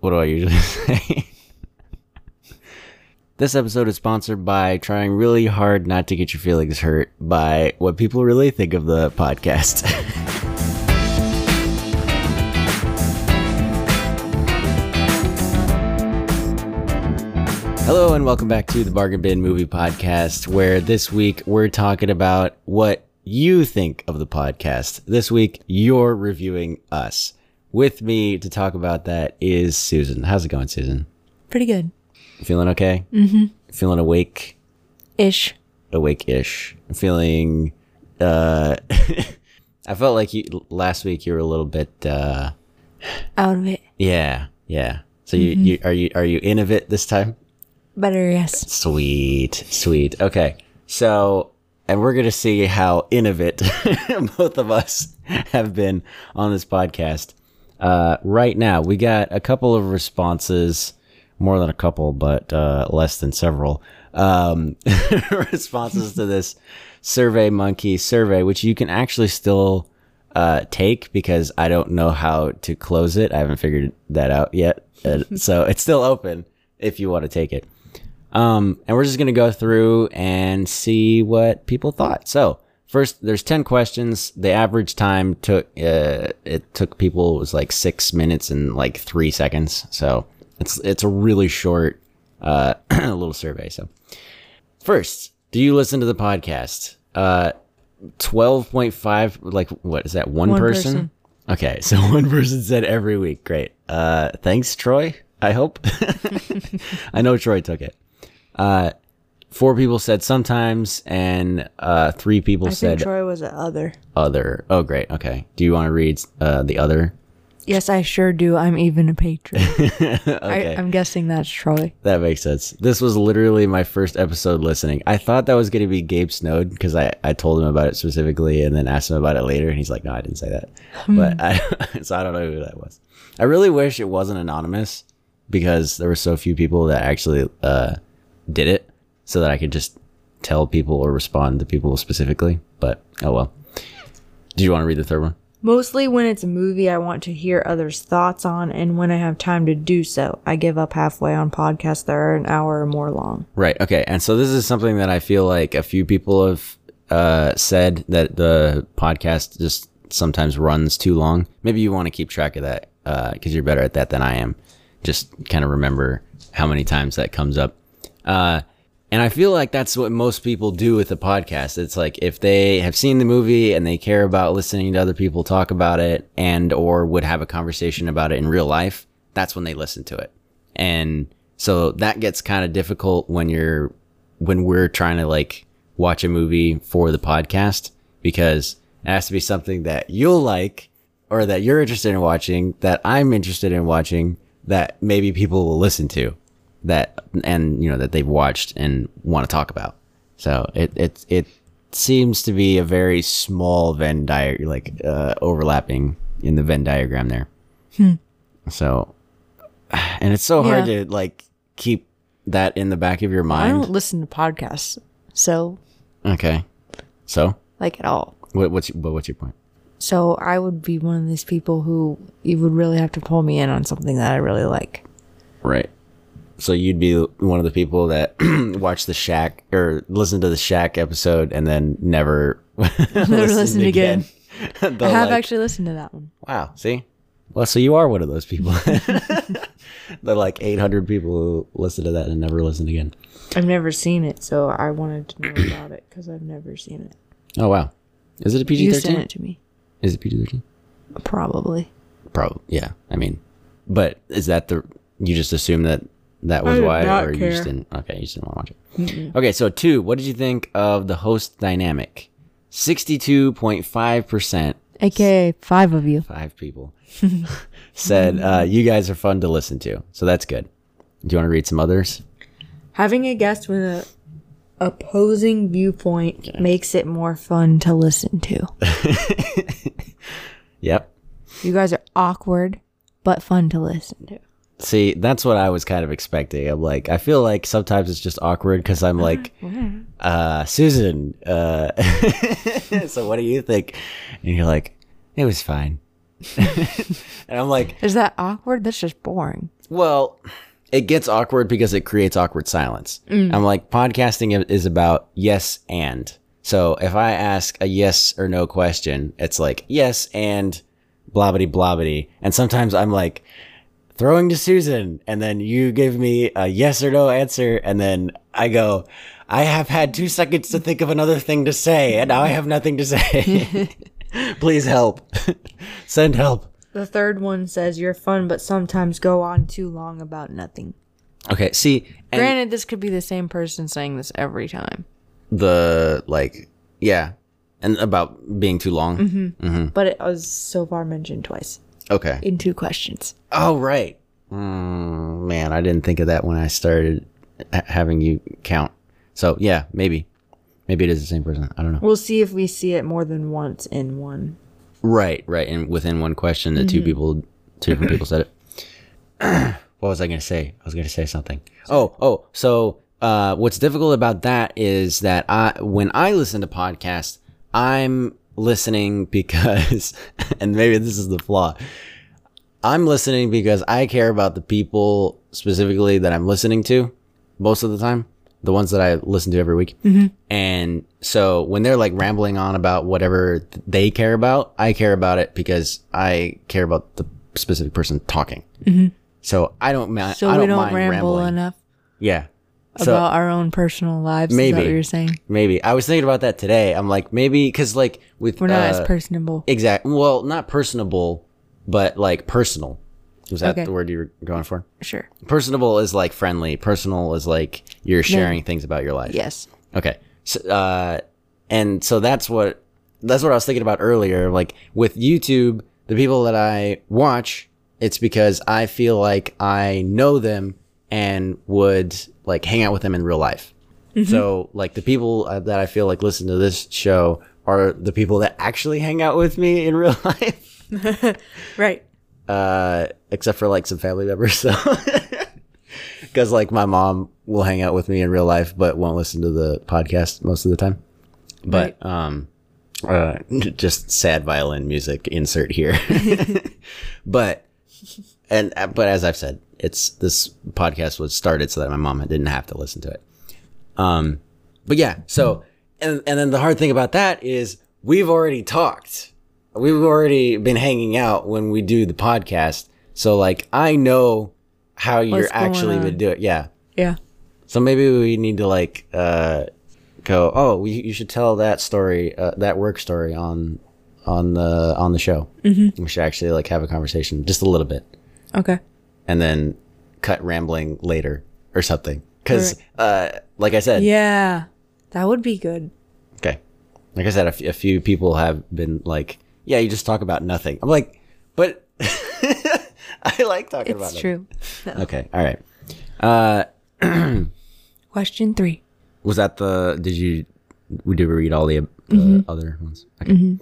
What do I usually say? this episode is sponsored by trying really hard not to get your feelings hurt by what people really think of the podcast. Hello, and welcome back to the Bargain Bin Movie Podcast, where this week we're talking about what you think of the podcast. This week, you're reviewing us. With me to talk about that is Susan. How's it going, Susan? Pretty good. Feeling okay? Mm-hmm. Feeling awake, Ish. awake-ish. Feeling, uh, I felt like you last week you were a little bit, uh, Out of it. yeah, yeah. So you, you are you are you in of it this time? Better, yes. Sweet, sweet. Okay, so and we're gonna see how innovate both of us have been on this podcast. Uh, right now, we got a couple of responses, more than a couple, but uh, less than several um, responses to this Survey Monkey survey, which you can actually still uh, take because I don't know how to close it. I haven't figured that out yet, Uh, so it's still open if you want to take it. Um, and we're just going to go through and see what people thought. So first, there's 10 questions. The average time took, uh, it took people was like six minutes and like three seconds. So it's, it's a really short, uh, little survey. So first, do you listen to the podcast? Uh, 12.5, like what is that? One, One person? person. Okay. So one person said every week. Great. Uh, thanks, Troy. I hope. I know Troy took it Uh, four people said sometimes and uh three people I said think Troy was a other. other oh great okay do you want to read uh the other Yes, I sure do. I'm even a patron. I, I'm guessing that's Troy. that makes sense this was literally my first episode listening i thought that was going to be gabe snowed because i i told him about it specifically and then asked him about it later and he's like no i didn't say that but i so i don't know who that was i really wish it wasn't anonymous because there were so few people that actually uh did it so that i could just tell people or respond to people specifically but oh well do you want to read the third one Mostly when it's a movie I want to hear others' thoughts on, and when I have time to do so, I give up halfway on podcasts that are an hour or more long. Right. Okay. And so this is something that I feel like a few people have uh, said that the podcast just sometimes runs too long. Maybe you want to keep track of that because you're better at that than I am. Just kind of remember how many times that comes up. Uh, and I feel like that's what most people do with the podcast. It's like if they have seen the movie and they care about listening to other people talk about it and or would have a conversation about it in real life, that's when they listen to it. And so that gets kind of difficult when you're when we're trying to like watch a movie for the podcast because it has to be something that you'll like or that you're interested in watching, that I'm interested in watching, that maybe people will listen to that and you know that they've watched and want to talk about. So it it it seems to be a very small Venn diagram, like uh, overlapping in the Venn diagram there. So, and it's so hard Hmm. Yeah. to like keep that in the back of your I don't mind. listen to podcasts, so, Okay, so like, at all. what, what's what, what's your point? So I would be one of these people who you would really have to pull me in on something that I really like. Right. So you'd be one of the people that watch the Shack or listen to the Shack episode and then never never listened again. The, I have Oh, like, actually listened to that one. Wow. See? Well, so you are one of those people. They're like 800 people who listen to that and never listen again. I've never seen it, so I wanted to know about it because I've never seen it. Oh, wow. Is it a PG You sent 13? it to me, Is it PG 13? probably. Probably. Yeah. I mean, but is that the. You just assume that that was did why? not Or you just care. didn't. Okay. You just didn't want to watch it. Okay. So, two, what did you think of the host dynamic? 62.5%, AKA five of you. five people, said, uh, you guys are fun to listen to. So that's good. Do you want to read some others? Having a guest with a opposing viewpoint makes it more fun to listen to. Yep. You guys are awkward, but fun to listen to. See, that's what I was kind of expecting. I'm like, I feel like sometimes it's just awkward because I'm like, uh, Susan, uh, so what do you think? And you're like, it was fine. and I'm like, Is that awkward? That's just boring. Well, it gets awkward because it creates awkward silence. I'm like, podcasting i- is about yes and. So if I ask a yes or no question, it's like yes and blobbity blobbity. And sometimes I'm like throwing to Susan, and then you give me a yes or no answer, and then I go, I have had two seconds to think of another thing to say, and now I have nothing to say. Please help. Send help. The third one says you're fun, but sometimes go on too long about nothing. Okay, see, and- Granted, this could be the same person saying this every time, the like yeah and about being too long but it was so far mentioned twice okay in two questions. oh right mm, man i didn't think of that when i started ha- having you count so yeah maybe maybe it is the same person i don't know We'll see if we see it more than once in one. right right and within one question the two people two different people said it what was i gonna say i was gonna say something oh oh so uh what's difficult about that is that i when i listen to podcasts i'm listening because and maybe this is the flaw I'm listening because I care about the people specifically that I'm listening to most of the time, the ones that I listen to every week. Mm-hmm. And so when they're like rambling on about whatever th- they care about, I care about it because I care about the specific person talking. So I don't, ma- Mm-hmm. So I don't we don't mind ramble rambling. enough Yeah. So about our own personal lives. Is that Maybe. what you're saying? maybe I was thinking about that today. I'm like, maybe because like with We're not as uh, personable. exact, well, not personable, but like personal. Was that Okay. the word you were going for? sure. personable is like friendly personal is like you're sharing things about your life Yes. okay so, uh and so that's what that's what i was thinking about earlier like with youtube the people that i watch it's because i feel like i know them and would like hang out with them in real life so like the people uh, that i feel like listen to this show are the people that actually hang out with me in real life Right. uh, except for like some family members. So, because like my mom will hang out with me in real life, but won't listen to the podcast most of the time. But um, uh, just sad violin music insert here. but and uh, but as I've said, it's this podcast was started so that my mom didn't have to listen to it. Um, but yeah, so and and then the hard thing about that is we've already talked. We've already been hanging out when we do the podcast. So like I know how you're What's going actually on. would do it. Yeah. Yeah. So maybe we need to like uh go, "Oh, we, you should tell that story, uh, that work story on on the on the show." Mm-hmm. We should actually like have a conversation just a little bit Okay. and then cut rambling later or something. Cuz uh like I said, Yeah. That would be good. Okay. Like I said, a, f- a few people have been like, yeah, you just talk about nothing. I'm like, but I like talking about It's true. it. Okay. All right. Question three. Was that the, did you, we did read all the, the Mm-hmm. other ones? Okay.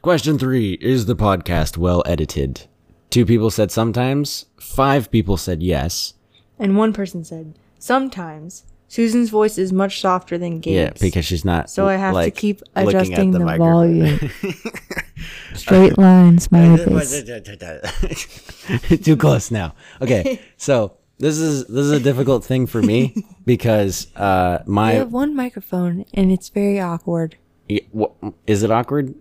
Question three Is the podcast well edited? Two people said sometimes, five people said yes. And one person said, sometimes Susan's voice is much softer than Yeah, Gabe's. because she's not. so I have like, to keep looking at adjusting the, microphone. volume. Straight lines, my face. Too close now. Okay, so this is this is a difficult thing for me because uh I my have one microphone and it's very awkward. y- wha- is it awkward?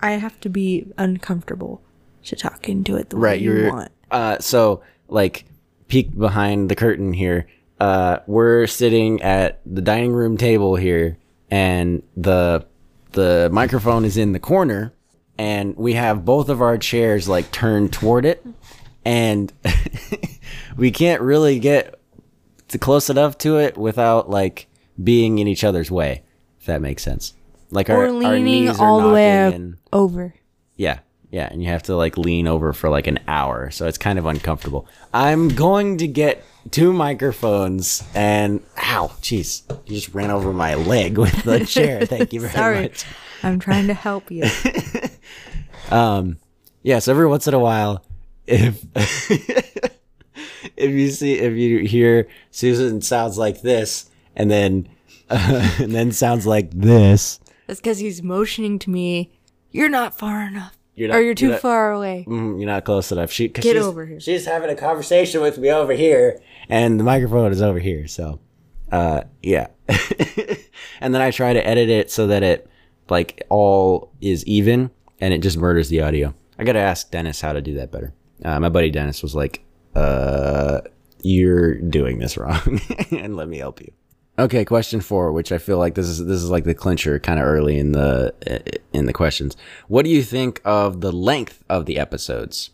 I have to be uncomfortable to talk into it the way you want. uh so like peek behind the curtain here. Uh, we're sitting at the dining room table here, and the the microphone is in the corner, and we have both of our chairs like turned toward it, and we can't really get to close enough to it without like being in each other's way, if that makes sense. Like our, Or our leaning knees all are the way knocking up- and- over. yeah. Yeah. And you have to like lean over for like an hour. So it's kind of uncomfortable. I'm going to get two microphones and ow, jeez. You just ran over my leg with the chair. Thank you very Sorry. much. I'm trying to help you. Yeah, so every once in a while, if if you see if you hear Susan sounds like this and then and then sounds like this. That's because he's motioning to me, you're not far enough. You're or you're too not, far away. mm, you're not close enough. She 'cause Get she's- over here. She's having a conversation with me over here, and the microphone is over here. So, uh, yeah. and then I try to edit it so that it like all is even, and it just murders the audio. I gotta ask Dennis how to do that better. Uh, my buddy Dennis was like, uh, "You're doing this wrong," and let me help you. Okay, question four, which I feel like this is this is like the clincher, kind of early in the in the questions. What do you think of the length of the episodes?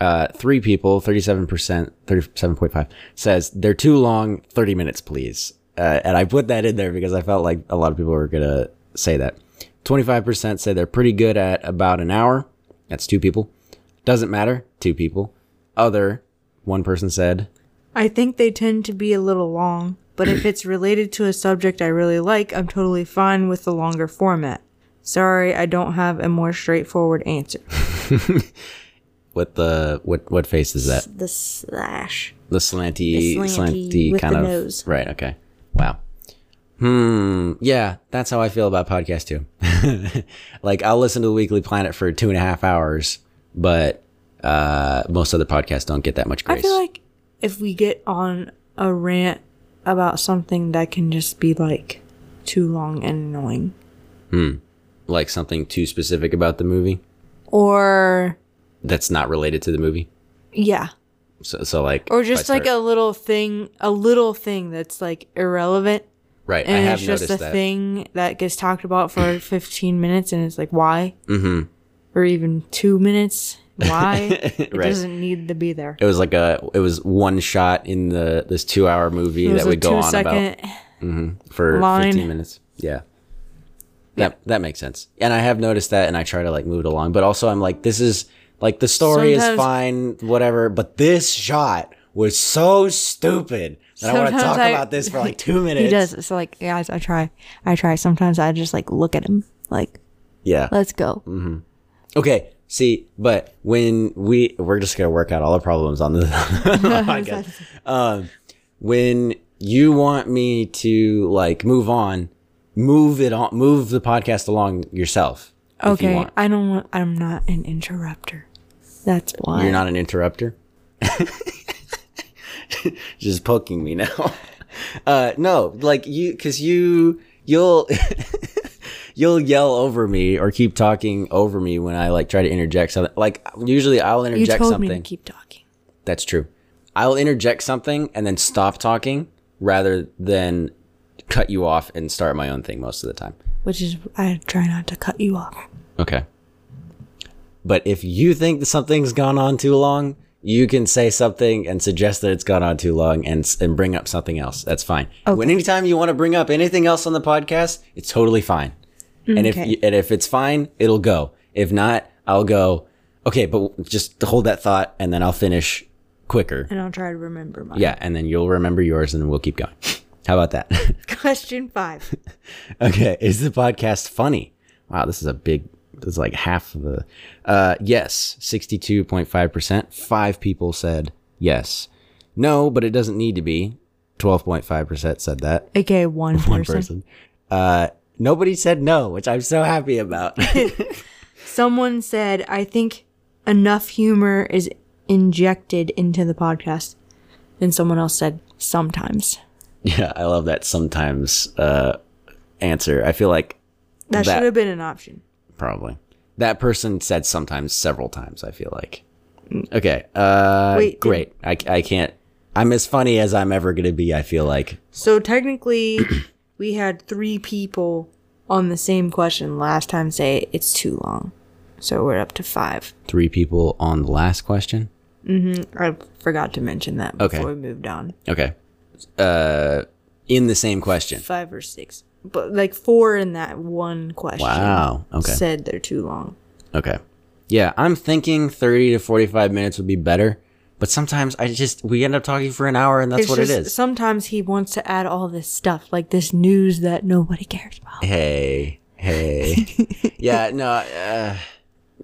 Uh, three people, thirty-seven percent, thirty-seven point five, says they're too long. Thirty minutes, please. Uh, and I put that in there because I felt like a lot of people were gonna say that. Twenty-five percent say they're pretty good at about an hour. That's two people. Doesn't matter. Two people. Other one person said I think they tend to be a little long, but if it's related to a subject I really like, I'm totally fine with the longer format. Sorry, I don't have a more straightforward answer. what the what what face is that? The slash. The slanty, The slanty slanty, with kind the of nose. right. Okay. Wow. Hmm. Yeah, that's how I feel about podcasts too. like I'll listen to the Weekly Planet for two and a half hours, but uh, most other podcasts don't get that much I grace. feel like if we get on a rant about something that can just be like too long and annoying, like something too specific about the movie Or that's not related to the movie. yeah, So, so like, or if I just like start- a little thing, a little thing that's like irrelevant right. I and have it's just a noticed that. thing that gets talked about for 15 minutes and it's like why? Mhm. Or even 2 minutes. Why? It Right. doesn't need to be there. It was like a it was one shot in the this two hour movie It was that a would go on about two-second- for line. 15 minutes. Yeah. That that makes sense. And I have noticed that and I try to like move it along, but also I'm like this is like the story is Sometimes- fine whatever, but this shot was so stupid that I want to Sometimes talk I- about this for like 2 minutes. He does. It's like, guys, I try. I try. Sometimes I just like look at him like, Yeah. let's go. Mm. Okay. See, but when we we're just gonna work out all the problems on the, on the podcast. Um, when you want me to like move on, move it on, move the podcast along yourself. if you okay. want. I don't want. I'm not an interrupter. That's why. You're not an interrupter. Just poking me now. Uh, no, like you, cause you, you'll, you'll yell over me or keep talking over me when I like try to interject something. Like usually I'll you interject told something. me to keep talking. That's true. I'll interject something and then stop talking rather than cut you off and start my own thing most of the time. Which is, I try not to cut you off. Okay. But if you think that something's gone on too long, you can say something and suggest that it's gone on too long and s- and bring up something else. That's fine. When anytime you want to bring up anything else on the podcast, it's totally fine. And if you, and if it's fine, it'll go. If not, I'll go. Okay, but just hold that thought and then I'll finish quicker. And I'll try to remember mine. Yeah, and then you'll remember yours and we'll keep going. How about that? Question five. okay, is the podcast funny? Wow, this is a big this is like half of the uh yes, 62.5%. 5 people said yes. No, but it doesn't need to be. 12.5% said that. Okay, one person. One person. Uh nobody said no, which I'm so happy about. Someone said, I think enough humor is injected into the podcast. And someone else said, sometimes. yeah, I love that sometimes uh answer. I feel like That, That- should have been an option. probably. That person said sometimes several times, I feel like. Okay. Uh Wait, did- great. I, I can't I'm as funny as I'm ever going to be, I feel like. So technically, we had three people on the same question last time say it's too long. So we're up to five. Three people on the last question. I forgot to mention that Okay. before we moved on. Okay. Uh in the same question. Five or six. But like four in that one question Wow. Okay. said they're too long. Okay. Yeah, I'm thinking 30 to 45 minutes would be better, but sometimes I just we end up talking for an hour and that's It's what just it is. Sometimes he wants to add all this stuff, like this news that nobody cares about. Hey. Hey. yeah, no. Uh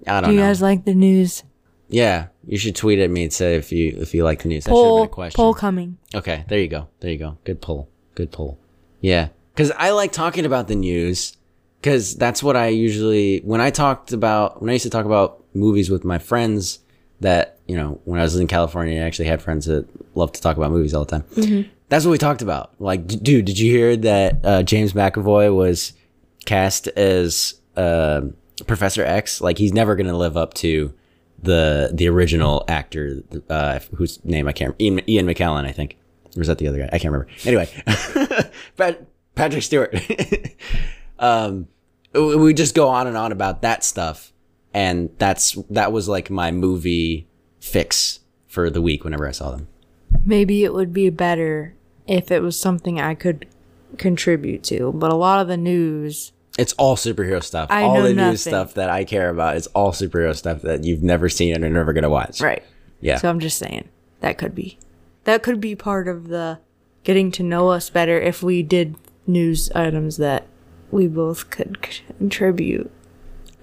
I don't Do you know. guys like the news? Yeah, you should tweet at me and say if you if you like the news. That should have been Poll, a question. poll coming. Okay, there you go. There you go. Good poll. Good poll. Yeah, because I like talking about the news because that's what I usually when I talked about when I used to talk about movies with my friends that, you know, when I was in California, I actually had friends that loved to talk about movies all the time. Mm-hmm. That's what we talked about. Like, d- dude, did you hear that uh, James McAvoy was cast as uh, Professor X? Like, he's never going to live up to the the original actor uh, whose name I can't Ian, Ian McKellen, I think. Or was that the other guy? I can't remember. Anyway, Pat, Patrick Stewart. um, we we just go on and on about that stuff, and that's that was like my movie fix for the week whenever I saw them. Maybe it would be better if it was something I could contribute to, but a lot of the news. It's all superhero stuff. I all know the nothing. new stuff that I care about is all superhero stuff that you've never seen and are never gonna watch. Right. Yeah. So I'm just saying that could be that could be part of the getting to know us better if we did news items that we both could contribute.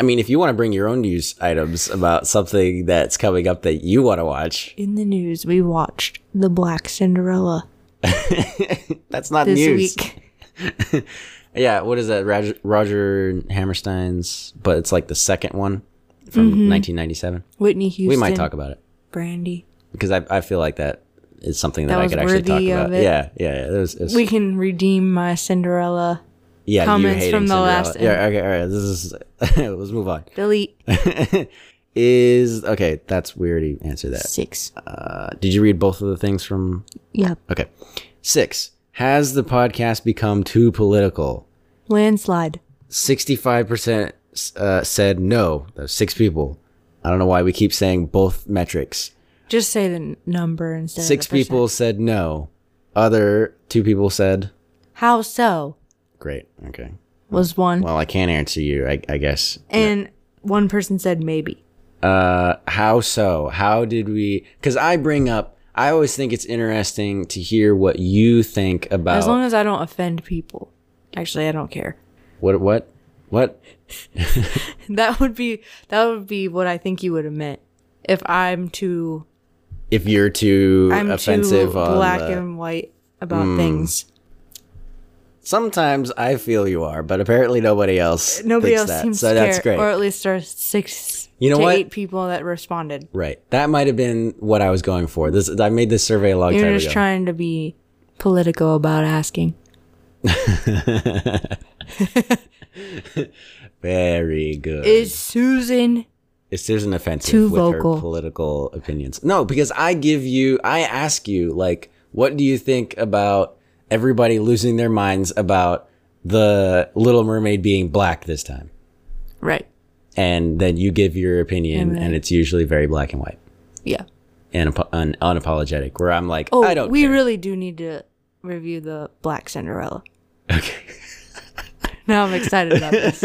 I mean, if you want to bring your own news items about something that's coming up that you want to watch, In the news, we watched The Black Cinderella that's not this news. week. Yeah, what is that? Roger, Roger Hammerstein's, but it's like the second one from Mm-hmm. 1997. Whitney Houston. We might talk about it Brandy. because I, I feel like that is something that, That I was could actually talk worthy of about. it. Yeah, yeah, yeah. It was, it was- We can redeem my Cinderella yeah, you comments hating from the Cinderella. last- Yeah, okay, all right. This is let's move on. delete. Is okay. That's we already answered that. Six. Uh, did you read both of the things from Yep. Okay. Six. Has the podcast become too political? Landslide. 65% s- uh, said no. Those six people. I don't know why we keep saying both metrics. Just say the n- number instead. of Six the percent. people said no. Other two people said How so? great. Okay. Was one. Well, I can't answer you, I, I guess. and one person said maybe. Uh, how so? How did we? Because I bring up, I always think it's interesting to hear what you think about As long as I don't offend people. Actually, I don't care. what, what, what? That would be that would be what I think you would have meant if I'm too If you're too I'm offensive, too on black the- Hmm. and white about things. Sometimes I feel you are, but apparently nobody else. Nobody thinks else that, seems So to that's care, great. or at least there's six You know to what? eight people that responded. right. That might have been what I was going for. This I made this survey a long You're time just ago. trying to be political about asking. Very good. Is Susan It's there's an offensive Too with her vocal. political opinions. No, because I give you, I ask you, like, what do you think about everybody losing their minds about the Little Mermaid being black this time? right? And then you give your opinion, and it's usually very black and white Yeah. and apo- un- unapologetic. Where I'm like, Oh, I don't. we care. really do need to review the Black Cinderella. okay. Now I'm excited about this.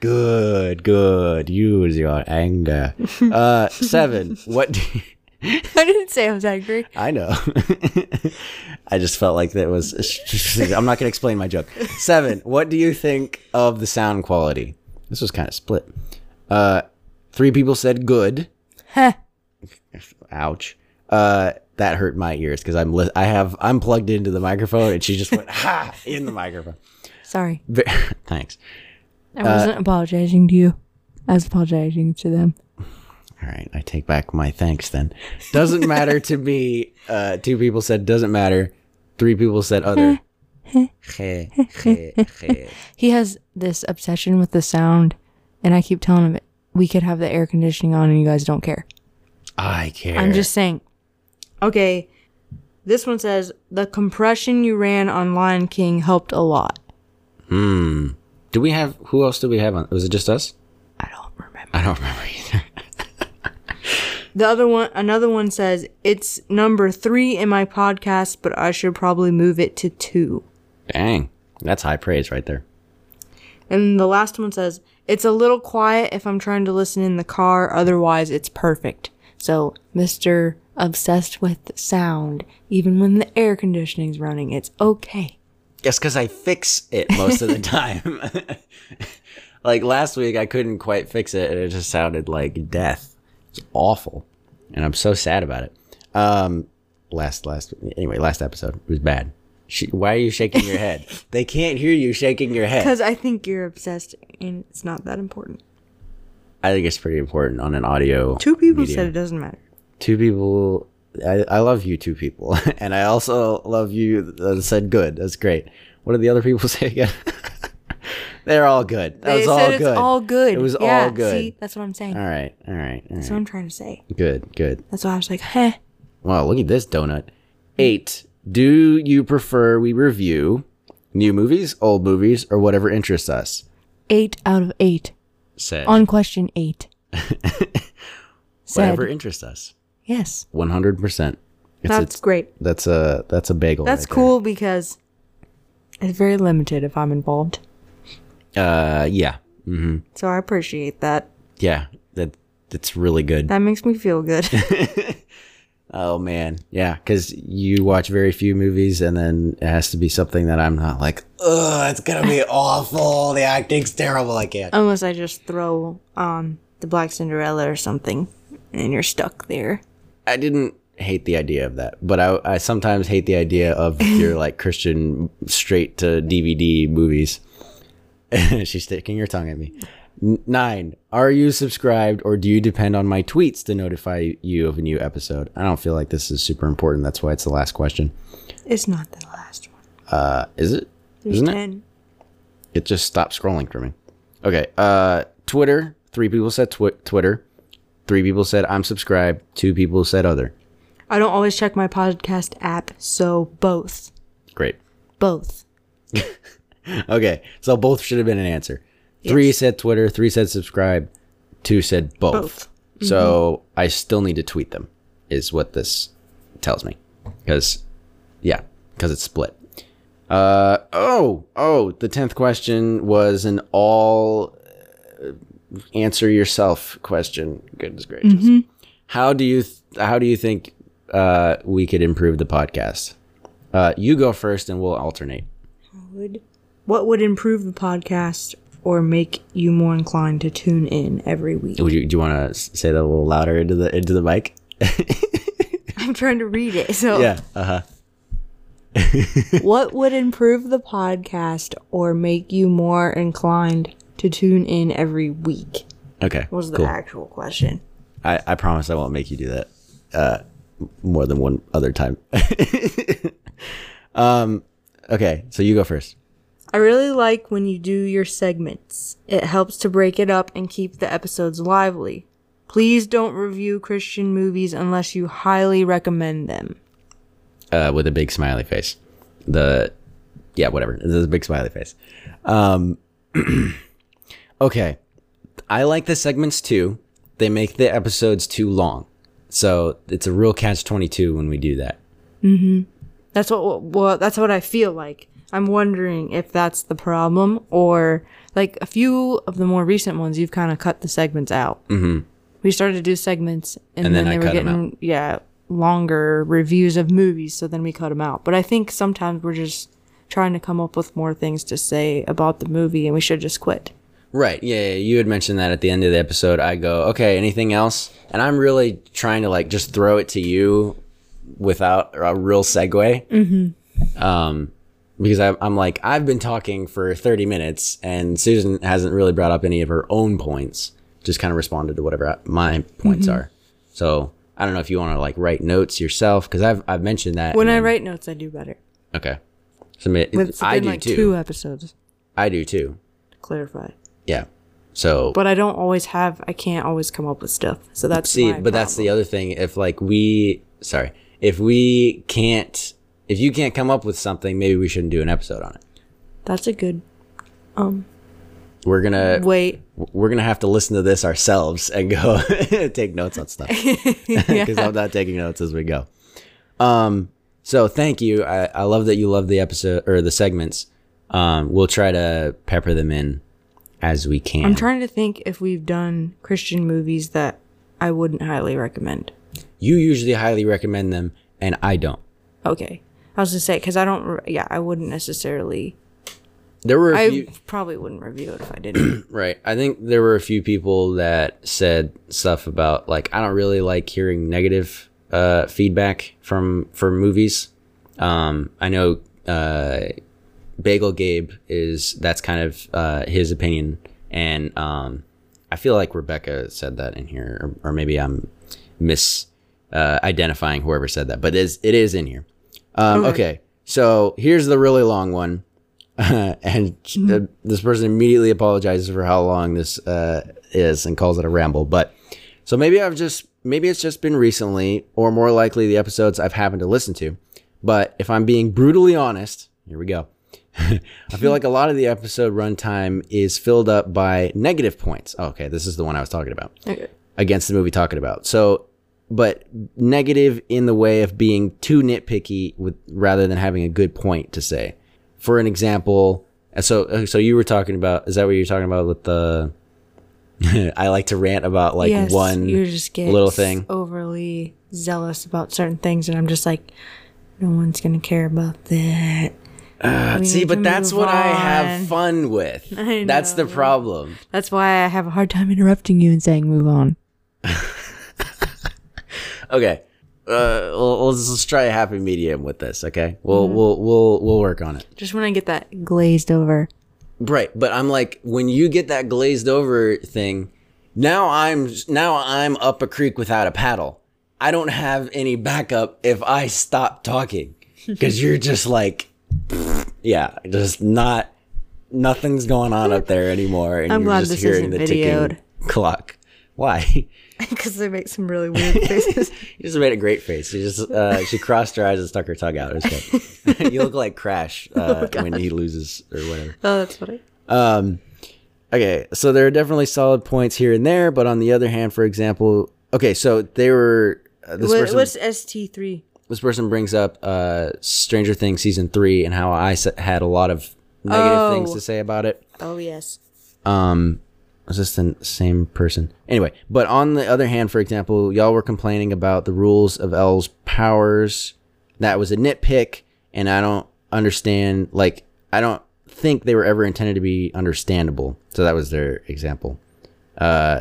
Good, good. Use your anger. Uh, seven. What? Do you- I didn't say I was angry. I know. I just felt like that was. I'm not going to explain my joke. Seven. What do you think of the sound quality? This was kind of split. Uh, three people said good. Heh. Ouch. Uh, that hurt my ears because I'm li- I have I'm plugged into the microphone and she just went ha in the microphone. Sorry. Ve- Thanks. I Uh, wasn't apologizing to you. I was apologizing to them. All right, I take back my thanks then. Doesn't matter to me. Uh, two people said doesn't matter. Three people said other. He has this obsession with the sound, and I keep telling him we could have the air conditioning on and you guys don't care. I care. I'm just saying. Okay. This one says the compression you ran on Lion King helped a lot. Do we have who else did we have on? Was it just us? I don't remember. I don't remember either. The other one, another one says it's number three in my podcast, but I should probably move it to two. Dang, that's high praise right there. And the last one says it's a little quiet if I'm trying to listen in the car, otherwise it's perfect. So, Mr. Obsessed with sound, even when the air conditioning's running, it's okay. Guess because I fix it most of the time. like last week, I couldn't quite fix it, and it just sounded like death. It's awful, and I'm so sad about it. Um, last last anyway, last episode was bad. She, why are you shaking your head? they can't hear you shaking your head. Because I think you're obsessed, and it's not that important. I think it's pretty important on an audio. Two people medium. said it doesn't matter. Two people. I, I love you, two people, and I also love you that said good. That's great. What did the other people say again? They're all good. That They was said all it's good. all good. It was Yeah, all good. See, that's what I'm saying. All right, all right, all That's right. what I'm trying to say. Good, good. That's why I was like, heh. Wow, look at this donut. Eight. Do you prefer we review new movies, old movies, or whatever interests us? Eight out of eight Said on question eight. said whatever interests us. yes. One hundred percent. That's great. That's a that's a bagel. That's right there. cool because It's very limited if I'm involved. Uh, yeah, hmm so I appreciate that. yeah. That that's really good. That makes me feel good. oh man, yeah. Because you watch very few movies, and then it has to be something that I'm not like. Ugh, it's gonna be awful. The acting's terrible. I can't. Unless I just throw on the Black Cinderella or something and you're stuck there. I didn't hate the idea of that, but I, I sometimes hate the idea of your like Christian straight to DVD movies. She's sticking her tongue at me. N- Nine. Are you subscribed or do you depend on my tweets to notify you of a new episode? I don't feel like this is super important. That's why it's the last question. It's not the last one. Uh, is it? There's Isn't it? 10. It just stopped scrolling for me. Okay. Uh, Twitter. Three people said twi- Twitter. Three people said I'm subscribed. Two people said other. I don't always check my podcast app, so both. Great. Both. Okay, so both should have been an answer. Three said Twitter, three said subscribe, two said both. Both. So I still need to tweet them, is what this tells me. Because, yeah, because it's split. Uh oh oh. The tenth question was an all uh, answer yourself question. Goodness gracious. How do you th- how do you think uh, we could improve the podcast? Uh, you go first, and we'll alternate. Would, what would improve the podcast or make you more inclined to tune in every week? Would you, do you want to say that a little louder into the into the mic? I'm trying to read it, so. Uh huh. what would improve the podcast or make you more inclined to tune in every week? Okay. Was the cool. actual question. I, I promise I won't make you do that uh, m- more than one other time. um. Okay. So you go first. I really like when you do your segments. It helps to break it up and keep the episodes lively. Please don't review Christian movies unless you highly recommend them. Uh, with a big smiley face. The yeah, whatever. There's a big smiley face. Um. okay. I like the segments too. They make the episodes too long, so it's a real catch twenty two when we do that. That's what well, that's what I feel like. I'm wondering if that's the problem or like a few of the more recent ones you've kind of cut the segments out. Mm-hmm. We started to do segments and, And then then, I they were cut 'em getting yeah longer reviews of movies, so then we cut them out. But I think sometimes we're just trying to come up with more things to say about the movie, and we should just quit. Right. Yeah, yeah, You had mentioned that at the end of the episode. I go, okay, anything else? And I'm really trying to like just throw it to you without a real segue. Mm-hmm. Um, because I, I'm like, I've been talking for 30 minutes and Susan hasn't really brought up any of her own points, just kind of responded to whatever I- my points Mm-hmm. are. So I don't know if you want to like write notes yourself because I've, I've mentioned that. When and I then- write notes, I do better. okay. So ma- It's Mm-hmm. I been do like too. two episodes I do too. to clarify, Yeah. So but I don't always have. I can't always come up with stuff, so that's see my but that's the other thing if like we sorry if we can't if you can't come up with something maybe we shouldn't do an episode on it that's a good we're gonna wait. we're gonna have to listen to this ourselves and go take notes on stuff because i'm not taking notes as we go um so thank you I, I love that you love the episode or the segments um we'll try to pepper them in as we can I'm trying to think if we've done Christian movies that I wouldn't highly recommend. you usually highly recommend them and i don't Okay. I was going to say, because I don't, re- yeah, I wouldn't necessarily, there were a I few- probably wouldn't review it if I didn't. Right. I think there were a few people that said stuff about like I don't really like hearing negative uh, feedback from from movies. Um, I know uh, Bagel Gabe is that's kind of uh, his opinion, and um, I feel like Rebecca said that in here, or, or maybe I'm mis uh, identifying whoever said that, but it is it is in here. Um, okay. Okay. so here's the really long one, and uh, this person immediately apologizes for how long this uh, is and calls it a ramble. But so maybe I've just maybe it's just been recently, or more likely the episodes I've happened to listen to. But if I'm being brutally honest, here we go. I feel like a lot of the episode runtime is filled up by negative points. Okay, this is the one I was talking about Okay. against the movie talking about. So, but negative in the way of being too nitpicky with rather than having a good point to say. For an example, uh, so uh, so you were talking about is that what you're talking about with the? I like to rant about like Yes, one you just get little thing. overly zealous about certain things, and I'm just like, no one's gonna care about that. Uh, see, need but to that's move what I on. have fun with. I that's the know. problem. That's why I have a hard time. I'm interrupting you and saying move on. Okay. Uh, we'll, let's, let's try a happy medium with this. Okay, we'll we'll we'll we'll work on it. Just when I get that, Glazed over. Right, but I'm like when you get that glazed over thing, now I'm now I'm up a creek without a paddle. I don't have any backup if I stop talking cuz you're just like yeah, just not nothing's going on up there anymore and I'm you're glad just this hearing isn't the ticking videoed. clock. Why? because they make some really weird faces. you just made a great face. She just uh, she crossed her eyes and stuck her tongue out. It was good. you look like Crash uh, when he loses or whatever. oh, that's funny. Um, okay, so there are definitely solid points here and there, but on the other hand, for example, okay, so they were uh, this What- person. what's ST three? this person brings up uh, Stranger Things season three and how I s- had a lot of negative Oh. things to say about it. Oh yes. Um, was this the same person? Anyway, but on the other hand, for example, y'all were complaining about the rules of L's powers. That was a nitpick, and I don't understand. Like, I don't think they were ever intended to be understandable. So that was their example. Uh,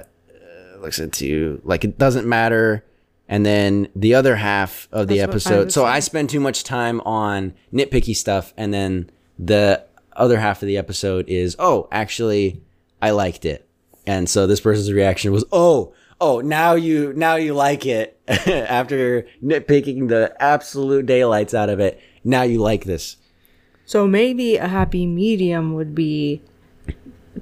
looks into like it doesn't matter. And then the other half of the That's what I episode. was So I spend too much time on nitpicky stuff, and then the other half of the episode is, oh, actually, I liked it. And so this person's reaction was, oh, oh, now you now you like it after nitpicking the absolute daylights out of it. Now you like this. So maybe a happy medium would be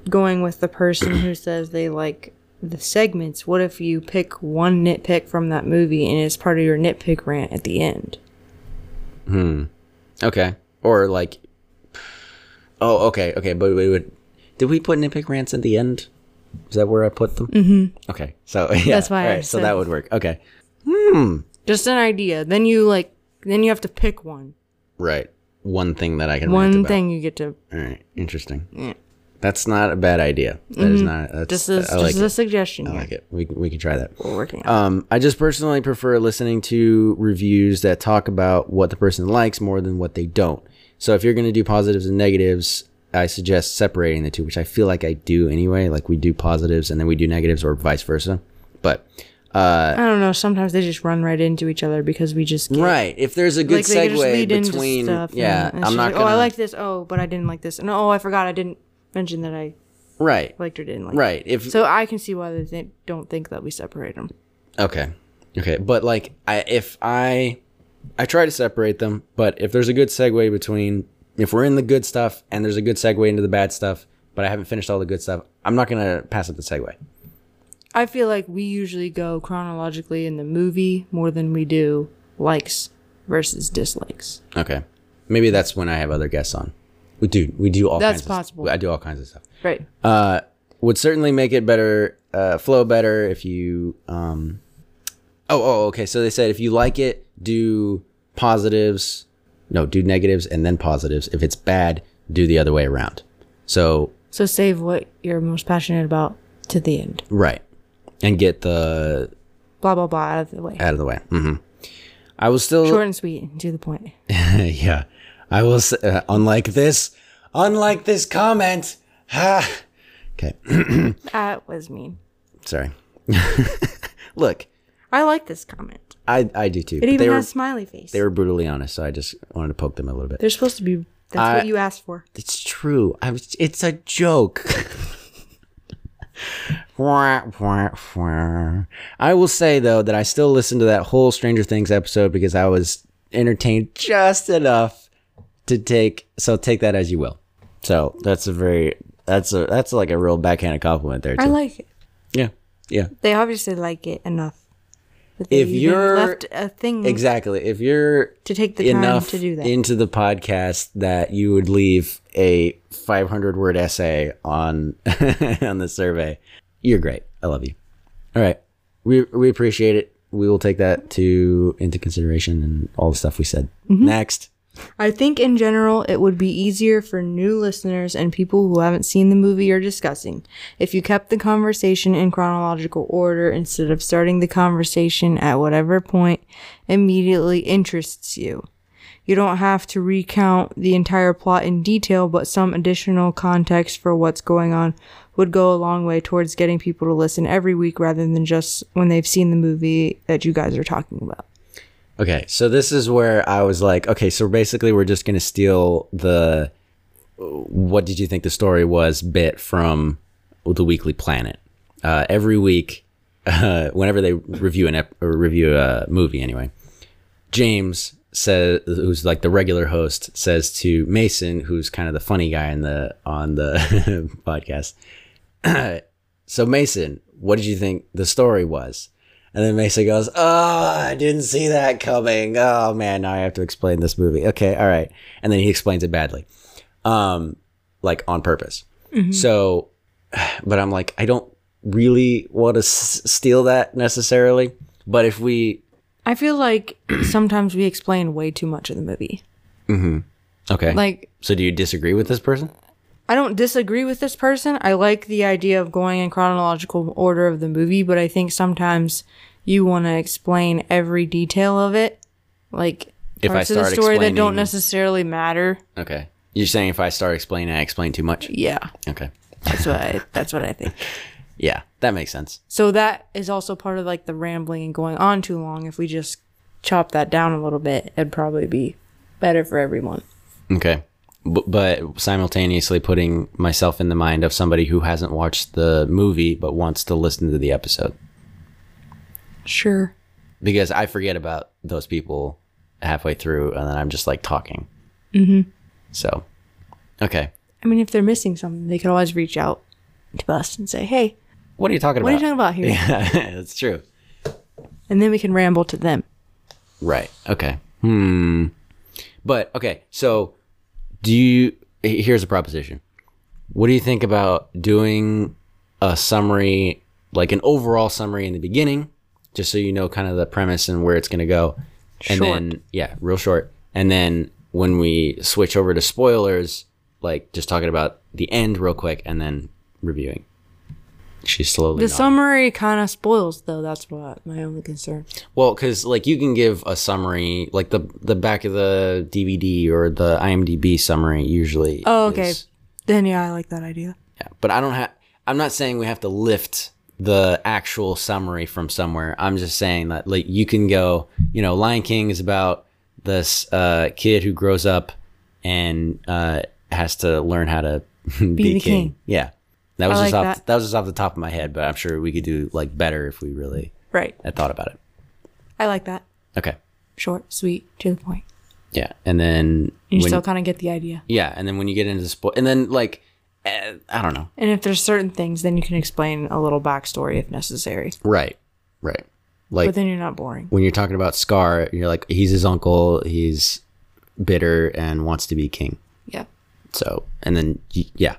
going with the person who says they like the segments. What if you pick one nitpick from that movie and it's part of your nitpick rant at the end? Okay. Or like, oh, okay, okay, but we would. Did we put nitpick rants at the end? Is that where I put them? Mm-hmm. Okay, so yeah, That's why I All right, so said- that would work. Okay, Just an idea. Then you like then you have to pick one. right. One thing that I can. rant One about. thing you get to All right. Interesting. Yeah. That's not a bad idea. That is not. That's, just a, I like just it. a suggestion. I here. like it. We we can try that. We're working on. Um, I just personally prefer listening to reviews that talk about what the person likes more than what they don't. So if you're going to do positives and negatives, I suggest separating the two, which I feel like I do anyway. Like we do positives and then we do negatives, or vice versa. But uh, I don't know. Sometimes they just run right into each other because we just get, right, if there's a good like they could just segue lead into between, stuff. and- yeah, and it's I'm just not like, gonna. Oh, I liked this. Oh, but I didn't like this. And oh, I forgot I didn't mention that I right, liked or didn't like. right. If So I can see why they thi- don't think that we separate them. Okay. Okay. But like I if I I try to separate them, but if there's a good segue between if we're in the good stuff and there's a good segue into the bad stuff, but I haven't finished all the good stuff, I'm not gonna pass up the segue. I feel like we usually go chronologically in the movie more than we do likes versus dislikes. Okay. Maybe that's when I have other guests on. We do we do all That's kinds of- possible. I do all kinds of stuff. Right. Uh would certainly make it better uh flow better if you um Oh, oh, okay. So they said if you like it, do positives. No, do negatives and then positives. If it's bad, do the other way around. So, So save what you're most passionate about to the end. right. And get the Blah blah blah out of the way. out of the way. hmm I will still, Short and sweet and to the point. yeah. I will, s- uh, unlike this, unlike this comment. Ha. Okay. That was mean. Sorry. Look, I like this comment. I, I do too. It but even they were, has smiley face. they were brutally honest. So I just wanted to poke them a little bit. They're supposed to be. That's I- what you asked for. It's true. I was. It's a joke. I will say though that I still listened to that whole Stranger Things episode because I was entertained just enough to take so take that as you will. So that's a very that's a that's like a real backhanded compliment there I too. like Mm-hmm. it. yeah. Yeah. They obviously like it enough. But they If even you're- left a thing Exactly. If you're to take the time enough to do that. into the podcast that you would leave a 500 word essay on on the survey. You're great. I love you. All right, we we appreciate it. We will take that to into consideration and all the stuff we said. Mm-hmm. Next, I think in general, it would be easier for new listeners and people who haven't seen the movie you're discussing if you kept the conversation in chronological order instead of starting the conversation at whatever point immediately interests you. You don't have to recount the entire plot in detail, but some additional context for what's going on would go a long way towards getting people to listen every week rather than just when they've seen the movie that you guys are talking about. okay. So this is where I was like, okay, so basically we're just gonna steal the what did you think the story was bit from the Weekly Planet. Uh, every week, uh, whenever they review an ep- or review a movie, anyway, James says, who's like the regular host, says to Mason, who's kind of the funny guy in the on the podcast. so Mason, what did you think the story was? And then Mason goes, "Oh, I didn't see that coming. Oh man, now I have to explain this movie. Okay, all right." And then he explains it badly um like on purpose so but i'm like i don't really want to s- steal that necessarily but if we I feel like sometimes we explain way too much of the movie. okay Like, so do you disagree with this person I don't disagree with this person. I like the idea of going in chronological order of the movie, but I think sometimes you want to explain every detail of it, like If I parts of the start story that explaining- don't necessarily matter. okay you're saying if i start explaining i explain too much Yeah, okay that's what I, that's what I think. yeah that makes sense So that is also part of like the rambling and going on too long. If we just chop that down a little bit, it'd probably be better for everyone. okay B- but simultaneously putting myself in the mind of somebody who hasn't watched the movie but wants to listen to the episode sure. because I forget about those people halfway through, and then I'm just like talking. Mm-hmm. So, okay, I mean, if they're missing something, they could always reach out to us and say, "Hey, what are you talking what are you about? talking about here?" Yeah, that's true. And then we can ramble to them. Right. Okay. Hmm. But okay, so do you? he- Here's a proposition. What do you think about doing a summary, like an overall summary in the beginning, just so you know kind of the premise and where it's going to go, and then yeah, real short, and then when we switch over to spoilers, like just talking about the end real quick, and then reviewing. She's slowly. The nodding. summary kind of spoils, though. That's what my only concern. Well, because like you can give a summary, like the the back of the DVD or the IMDb summary usually. Oh, okay. is- Then yeah, I like that idea. yeah, but I don't have. I'm not saying we have to lift the actual summary from somewhere. I'm just saying that like you can go. You know, Lion King is about this uh, kid who grows up and uh, has to learn how to be, king. the king. Yeah, that was I just like off, that. that. was just off the top of my head, but I'm sure we could do like better if we really Right. had thought about it. I like that. Okay. Short, sweet, to the point. Yeah, and then You when- still kind of get the idea. Yeah, and then when you get into the sport, and then like, eh, I don't know. And if there's certain things, then you can explain a little backstory if necessary. Right, right. Like But then you're not boring. when you're talking about Scar, you're like, he's his uncle, he's bitter and wants to be king. Yeah. So, and then y- yeah,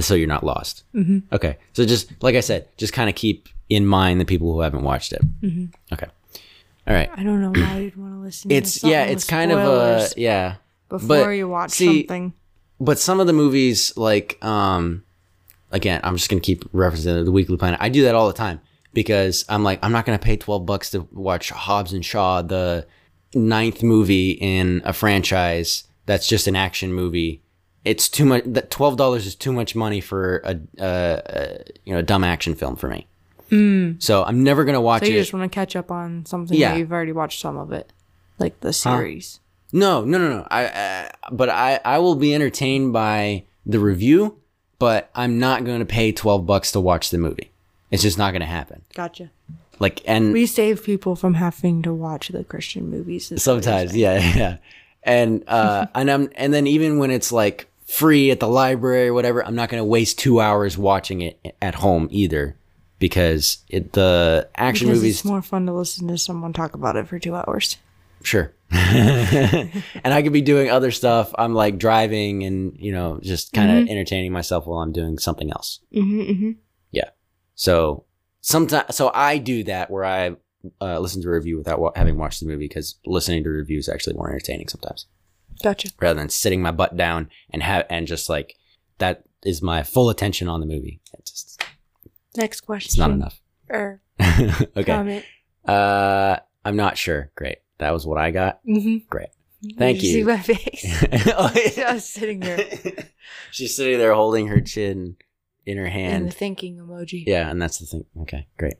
so you're not lost. Mm-hmm. Okay, so just like I said, just kind of keep in mind the people who haven't watched it. Mm-hmm. Okay, all right. I don't know why you'd want to listen. It's yeah, it's kind of a yeah. before but you watch see, something. but some of the movies like um again i'm just gonna keep referencing the weekly planet i do that all the time because i'm like i'm not gonna pay 12 bucks to watch hobbs and shaw the ninth movie in a franchise that's just an action movie it's too much that $12 is too much money for a, a, a you know a dumb action film for me so i'm never gonna watch So you it just want to catch up on something Yeah. that you've already watched some of it, like the series. No, no, no, no. I, uh, but I, I will be entertained by the review, but I'm not going to pay twelve bucks to watch the movie. It's just not going to happen. Gotcha. Like, and We save people from having to watch the Christian movies. is what you're sometimes saying. yeah yeah and uh and i'm and then even when it's like free at the library or whatever i'm not going to waste two hours watching it at home either because it the action Because movies it's more fun to listen to someone talk about it for two hours. sure and i could be doing other stuff i'm like driving and you know just kind of entertaining myself while i'm doing something else Mm-hmm, mm-hmm. so sometimes so i do that where i uh, listen to a review without wa- having watched the movie because listening to reviews is actually more entertaining sometimes Gotcha. rather than sitting my butt down and have and just like that is my full attention on the movie. It just Next question. it's not enough. Or okay. comment. Uh I'm not sure. Great. That was what I got. Mm-hmm. Great. Thank See you. my face. Oh, yeah. I was sitting there She's sitting there holding her chin in her and the hand. thinking emoji. Yeah, and that's the thing. Okay, great.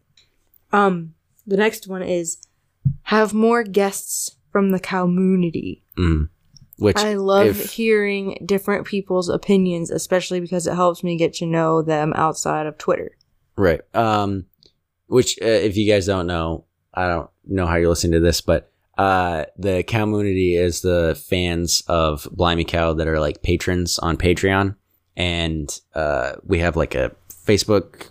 Um, the next one is have more guests from the community. Mm. Which I love if- hearing different people's opinions, especially because it helps me get to know them outside of Twitter. Right. Um, which, uh, if you guys don't know, I don't know how you're listening to this, but uh, the community is the fans of Blimey Cow that are like patrons on Patreon, and uh, we have like a Facebook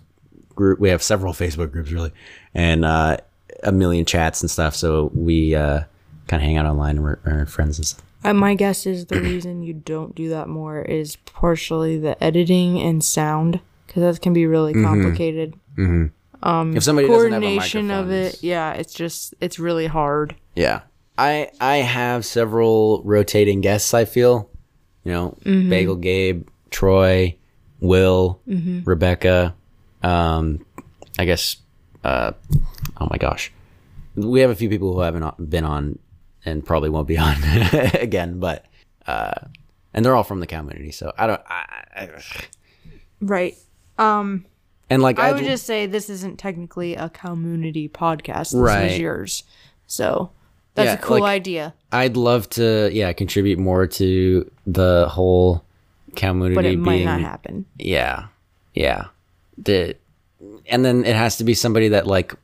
group. We have several Facebook groups, really, and uh, a million chats and stuff. So we uh, kind of hang out online and we're, we're friends and stuff. Uh, my guess is the reason you don't do that more is partially the editing and sound, because that can be really complicated. Um, if somebody doesn't have a Coordination of microphone, it, yeah, it's just it's really hard. Yeah. I I have several rotating guests I feel. You know, Mm-hmm. Bagel Gabe, Troy, Will, Mm-hmm. Rebecca, um I guess uh oh my gosh. We have a few people who haven't o- been on and probably won't be on again, but uh and they're all from the community, so I don't I, I Right. Um. and like I would d- just say this isn't technically a community podcast. This Right. is yours. So that's a Yeah, cool like- idea. I'd love to yeah, contribute more to the whole community But it might being not happen. Yeah. Yeah. The and then it has to be somebody that like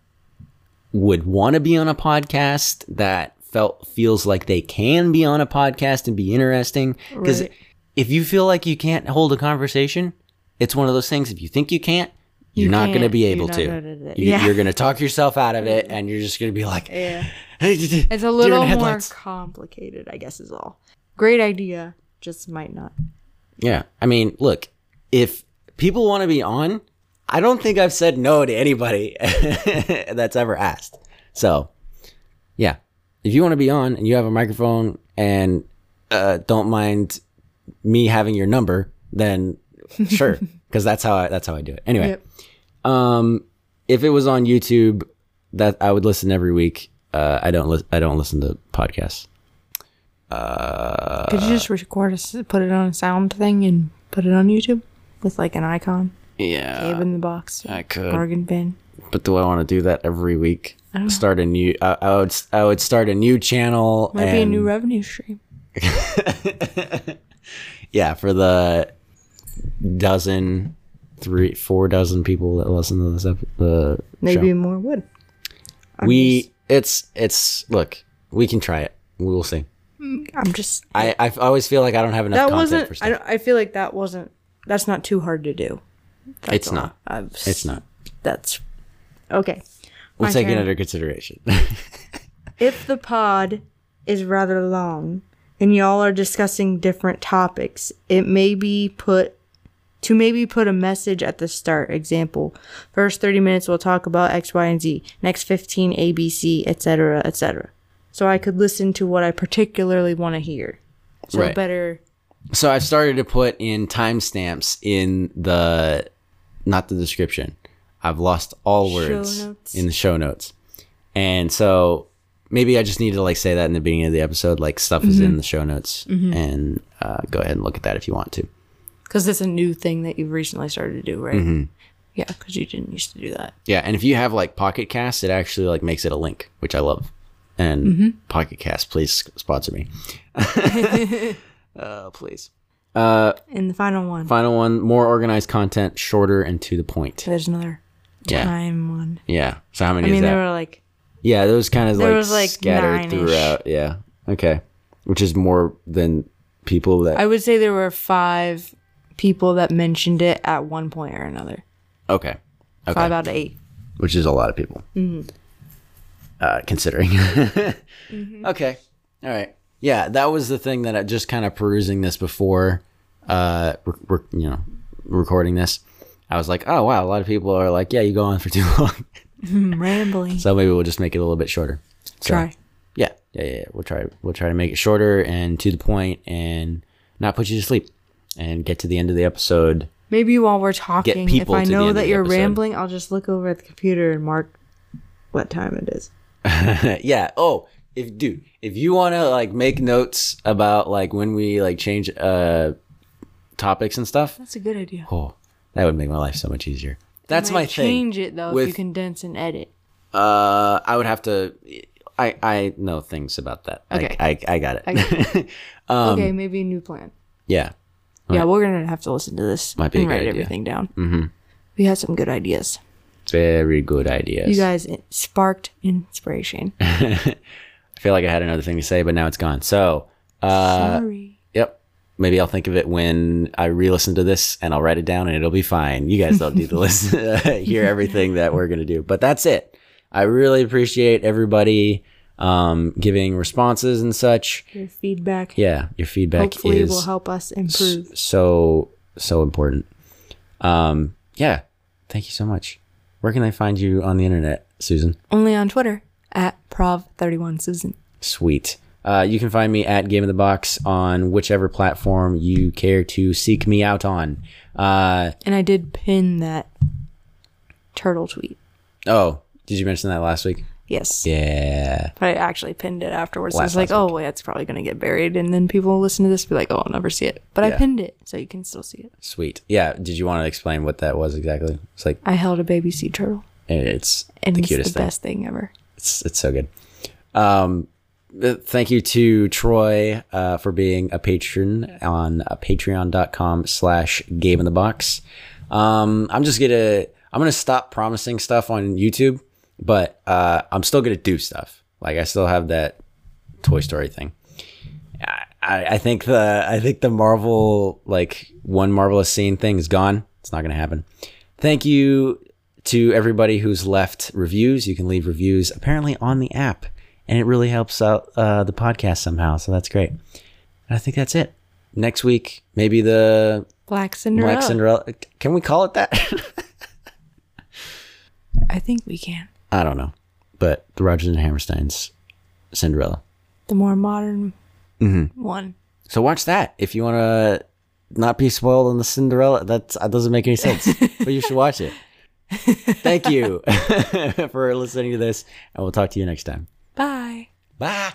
would want to be on a podcast that felt feels like they can be on a podcast and be interesting cuz Right. if you feel like you can't hold a conversation, it's one of those things if you think you can't, you're not going to can't. be You're able not to. gonna- You, yeah. You're going to talk yourself out of it and you're just going to be like Yeah. It's It's a little more complicated, I guess, is all. Great idea. Just might not. Yeah. I mean, look, if people want to be on, I don't think I've said no to anybody that's ever asked. So, yeah. If you want to be on and you have a microphone and uh, don't mind me having your number, then sure, because that's how I, that's how I do it. Anyway, um, if it was on YouTube, that I would listen every week. Uh, I don't lis- I don't listen to podcasts. Could you just record us, put it on a sound thing, and put it on YouTube with like an icon? Yeah, Gabe in the box. Uh, I could. Bargain bin. But do I want to do that every week? Oh. Start a new. I, I would. I would start a new channel. Might and, be a new revenue stream. yeah, for the dozen, three, four dozen people that listen to this. ep- The Maybe show. more would. we. It's. It's. Look, we can try it. We will see. I'm just. I. I always feel like I don't have enough That content for wasn't. I, stuff. don't- I feel like that wasn't. That's not too hard to do. That's It's all. not. I've, s- It's not. That's okay. We'll My take it turn. under consideration. If the pod is rather long and y'all are discussing different topics, it may be put to maybe put a message at the start. Example, first 30 minutes we'll talk about X, Y, and Z, next 15 A, B, C, etc., etc. So I could listen to what I particularly want to hear. So Right. better so I've started to put in timestamps in the not the description. I've lost all words notes. in the show notes. And so maybe I just need to like say that in the beginning of the episode like stuff is Mm-hmm. in the show notes and uh, go ahead and look at that if you want to. because it's a new thing that you've recently started to do, right? Mm-hmm. Yeah, because you didn't used to do that. Yeah, and if you have like Pocket Cast, it actually like makes it a link, which I love. And Mm-hmm. Pocket Cast, please sponsor me. uh, please. And the final one, Final one, more organized content, shorter and to the point. there's another Yeah. time one. Yeah. So how many I is mean, that? there were like yeah, those kind of there like, was, like, scattered nine-ish. throughout. Yeah. Okay. Which is more than people that. I would say there were five people that mentioned it at one point or another. okay. Okay. Five out of eight. Which is a lot of people. Mm-hmm. Uh, considering. Mm-hmm. Okay. All right. Yeah, that was the thing that I just kind of perusing this before, uh, re- re- you know, recording this. I was like, oh wow, a lot of people are like, yeah, you go on for too long. Rambling. so maybe we'll just make it a little bit shorter. So, Try. Yeah, yeah, yeah. yeah. We'll try. We'll try to make it shorter and to the point, and not put you to sleep, and get to the end of the episode. maybe while we're talking, Get people if I to the end know of that the you're episode. rambling, I'll just look over at the computer and mark what time it is. yeah. Oh, if dude, if you want to like make notes about like when we like change uh topics and stuff, That's a good idea. Oh, that would make my life so much easier. That's You my might thing. Change it though if you with- condense and edit. Uh, I would have to. I I know things about that. Okay. I I, I got it. um, okay, maybe a new plan. yeah. Yeah, we're gonna have to listen to this Might be a and good write idea. everything down. Mm-hmm. We had some good ideas. Very good ideas. You guys it sparked inspiration. Uh, I feel like I had another thing to say, but now it's gone. So, uh, Sorry. yep. Maybe I'll think of it when I re-listen to this, and I'll write it down, and it'll be fine. You guys don't need to listen, hear everything that we're gonna do. But that's it. I really appreciate everybody um, giving responses and such. Your feedback Yeah, your feedback hopefully is will help us improve. so so important. Um, yeah, thank you so much. Where can I find you on the internet, Susan? Only on Twitter at prov31 Susan. Sweet. Uh, you can find me at Game of the Box on whichever platform you care to seek me out on. Uh, And I did pin that turtle tweet. oh, did you mention that last week? Yes. Yeah. But I actually pinned it afterwards. I Last- was like, oh, wait, it's probably going to get buried. And then people will listen to this and be like, oh, I'll never see it. But Yeah. I pinned it, so you can still see it. Sweet. Yeah. Did you want to explain what that was exactly? It's like I eh, held a baby sea turtle. it's And the it's cutest the thing. best thing ever. It's it's so good. Um, uh, thank you to Troy uh, for being a patron on uh, patreon.com slash game in the box. Um, I'm just gonna I'm gonna stop promising stuff on YouTube, but uh, I'm still gonna do stuff. Like I still have that Toy Story thing. I, I I think the I think the Marvel like one marvelous scene thing is gone. It's not gonna happen. Thank you to everybody who's left reviews. You can leave reviews apparently on the app, and it really helps out uh, the podcast somehow. So that's great. And I think that's it. Next week, maybe the Black Cinderella. Black Cinderella. Can we call it that? I think we can. I don't know, but the Rogers and Hammerstein's Cinderella. The more modern Mm-hmm. one. So watch that if you want to not be spoiled on the Cinderella. That's, that doesn't make any sense, but you should watch it. Thank you for listening to this, and we'll talk to you next time. Bye. Bye.